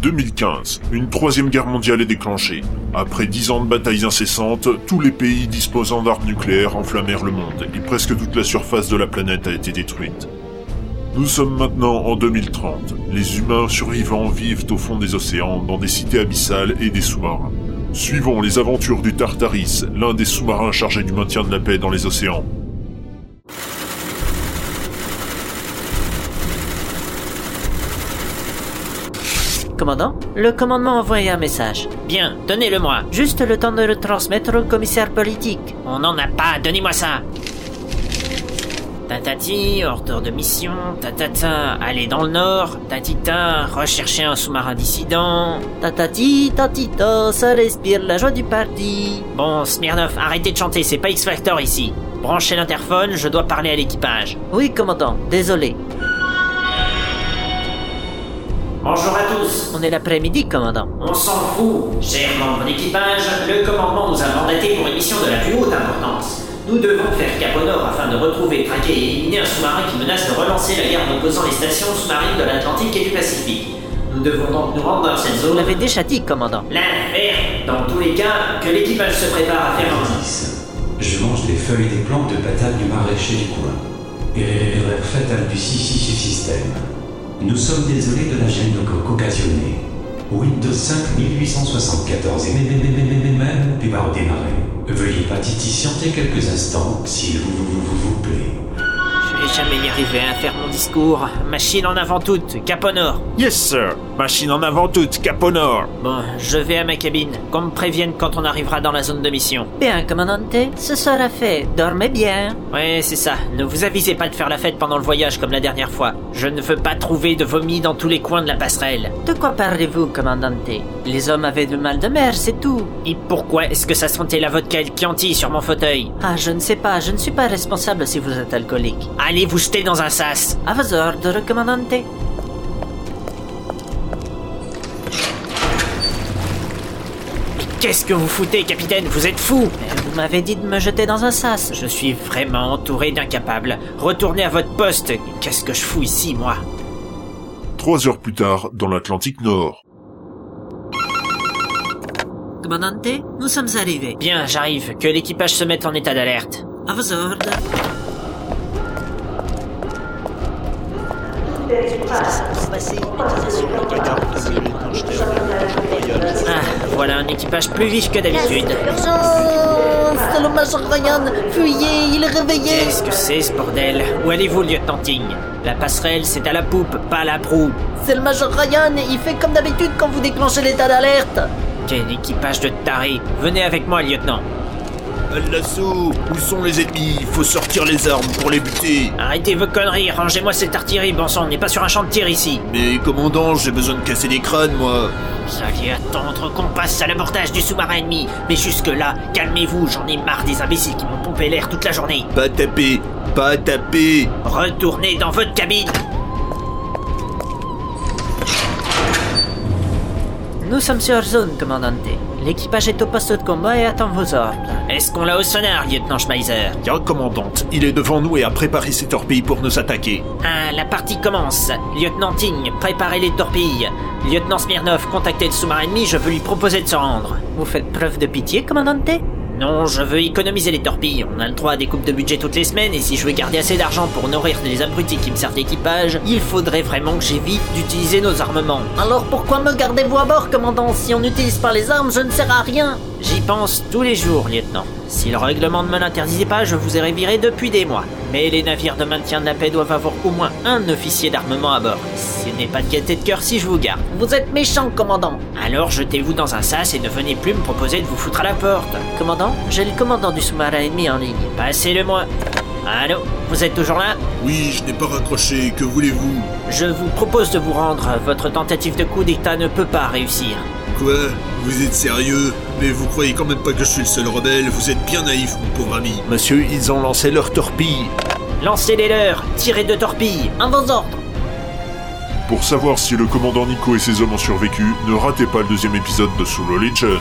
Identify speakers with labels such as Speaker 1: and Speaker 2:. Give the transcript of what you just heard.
Speaker 1: 2015, une troisième guerre mondiale est déclenchée. Après dix ans de batailles incessantes, tous les pays disposant d'armes nucléaires enflammèrent le monde et presque toute la surface de la planète a été détruite. Nous sommes maintenant en 2030. Les humains survivants vivent au fond des océans, dans des cités abyssales et des sous-marins. Suivons les aventures du Tartaris, l'un des sous-marins chargés du maintien de la paix dans les océans.
Speaker 2: Commandant, le commandement a envoyé un message.
Speaker 3: Bien, donnez-le-moi.
Speaker 2: Juste le temps de le transmettre au commissaire politique.
Speaker 3: On n'en a pas, donnez-moi ça. Tatati, hors de mission, tatata, aller dans le nord, tatita, rechercher un sous-marin dissident.
Speaker 2: Tatati, tatita, ça respire la joie du parti.
Speaker 3: Bon, Smirnov, arrêtez de chanter, c'est pas X-Factor ici. Branchez l'interphone, je dois parler à l'équipage.
Speaker 2: Oui, commandant, désolé.
Speaker 3: Bonjour à tous.
Speaker 2: On est l'après-midi, commandant.
Speaker 3: On s'en fout. Cher membre d'équipage, le commandement nous a mandaté pour une mission de la plus haute importance. Nous devons faire cap au nord afin de retrouver, traquer et éliminer un sous-marin qui menace de relancer la guerre en opposant les stations sous-marines de l'Atlantique et du Pacifique. Nous devons donc nous rendre dans cette zone.
Speaker 2: Vous l'avez déjà dit, commandant.
Speaker 3: L'affaire Dans tous les cas, que l'équipage se prépare à faire un.
Speaker 4: 10. Je mange des feuilles des plantes de patates du maraîcher du coin. Et l'erreur fatale du 666 système. Nous sommes désolés de la gêne de coque occasionnée. Windows 5 1874 et même puis va redémarrer. Veuillez pas titiller quelques instants, s'il vous, vous, vous, vous plaît.
Speaker 3: Je vais jamais y arriver à faire mon discours. Machine en avant toute, cap au nord.
Speaker 5: Yes, sir. Machine en avant toute, cap au nord.
Speaker 3: Bon, je vais à ma cabine. Qu'on me prévienne quand on arrivera dans la zone de mission.
Speaker 2: Bien, commandante, ce sera fait. Dormez bien.
Speaker 3: Ouais, c'est ça. Ne vous avisez pas de faire la fête pendant le voyage comme la dernière fois. Je ne veux pas trouver de vomi dans tous les coins de la passerelle.
Speaker 2: De quoi parlez-vous, commandante Les hommes avaient du mal de mer, c'est tout.
Speaker 3: Et pourquoi est-ce que ça sentait la vodka et le Chianti sur mon fauteuil
Speaker 2: Ah, je ne sais pas. Je ne suis pas responsable si vous êtes alcoolique.
Speaker 3: Allez vous jeter dans un sas.
Speaker 2: À vos ordres, commandante.
Speaker 3: Qu'est-ce que vous foutez, capitaine Vous êtes fou
Speaker 2: Vous m'avez dit de me jeter dans un sas.
Speaker 3: Je suis vraiment entouré d'incapables. Retournez à votre poste. Qu'est-ce que je fous ici, moi
Speaker 1: Trois heures plus tard, dans l'Atlantique Nord.
Speaker 2: Commandante, nous sommes arrivés.
Speaker 3: Bien, j'arrive. Que l'équipage se mette en état d'alerte.
Speaker 2: À vos ordres.
Speaker 3: Ah, voilà un équipage plus vif que d'habitude.
Speaker 6: Urgence C'est le Major Ryan Fuyez, il est réveillé
Speaker 3: Qu'est-ce que c'est ce bordel Où allez-vous, lieutenant Ting La passerelle, c'est à la poupe, pas à la proue.
Speaker 6: C'est le Major Ryan, il fait comme d'habitude quand vous déclenchez l'état d'alerte
Speaker 3: Quel équipage de tarés Venez avec moi, lieutenant.
Speaker 5: L'assaut Où sont les ennemis Faut sortir les armes pour les buter
Speaker 3: Arrêtez vos conneries, rangez-moi cette artillerie, bon sang, on n'est pas sur un champ de tir ici
Speaker 5: Mais commandant, j'ai besoin de casser des crânes, moi
Speaker 3: Vous allez attendre qu'on passe à l'abordage du sous-marin ennemi Mais jusque-là, calmez-vous, j'en ai marre des imbéciles qui m'ont pompé l'air toute la journée
Speaker 5: Pas taper Pas taper
Speaker 3: Retournez dans votre cabine
Speaker 2: Nous sommes sur zone, commandante. L'équipage est au poste de combat et attend vos ordres.
Speaker 3: Est-ce qu'on l'a au sonar, lieutenant Schmeiser
Speaker 5: Bien, commandante, il est devant nous et a préparé ses torpilles pour nous attaquer.
Speaker 3: Ah, la partie commence. Lieutenant Ting, préparez les torpilles. Lieutenant Smirnov, contactez le sous-marin ennemi, je veux lui proposer de se rendre.
Speaker 2: Vous faites preuve de pitié, commandante
Speaker 3: Non, je veux économiser les torpilles. On a le droit à des coupes de budget toutes les semaines et si je veux garder assez d'argent pour nourrir les abrutis qui me servent d'équipage, il faudrait vraiment que j'évite d'utiliser nos armements.
Speaker 6: Alors pourquoi me gardez-vous à bord, commandant Si on n'utilise pas les armes, je ne sers à rien
Speaker 3: J'y pense tous les jours, lieutenant. Si le règlement ne me l'interdisait pas, je vous ai viré depuis des mois. Mais les navires de maintien de la paix doivent avoir au moins un officier d'armement à bord. Ce n'est pas de gaieté de cœur si je vous garde.
Speaker 6: Vous êtes méchant, commandant
Speaker 3: Alors jetez-vous dans un sas et ne venez plus me proposer de vous foutre à la porte.
Speaker 2: Commandant, j'ai le commandant du sous-marin ennemi en ligne.
Speaker 3: Passez-le-moi. Allô Vous êtes toujours là
Speaker 5: Oui, je n'ai pas raccroché, que voulez-vous
Speaker 3: Je vous propose de vous rendre. Votre tentative de coup d'état ne peut pas réussir.
Speaker 5: Quoi Vous êtes sérieux Mais vous croyez quand même pas que je suis le seul rebelle Vous êtes bien naïf, mon pauvre ami. Monsieur, ils ont lancé leurs torpilles.
Speaker 3: Lancez les leurs, tirez de torpilles,
Speaker 6: À vos ordres
Speaker 1: Pour savoir si le commandant Nico et ses hommes ont survécu, ne ratez pas le deuxième épisode de Solo Legion.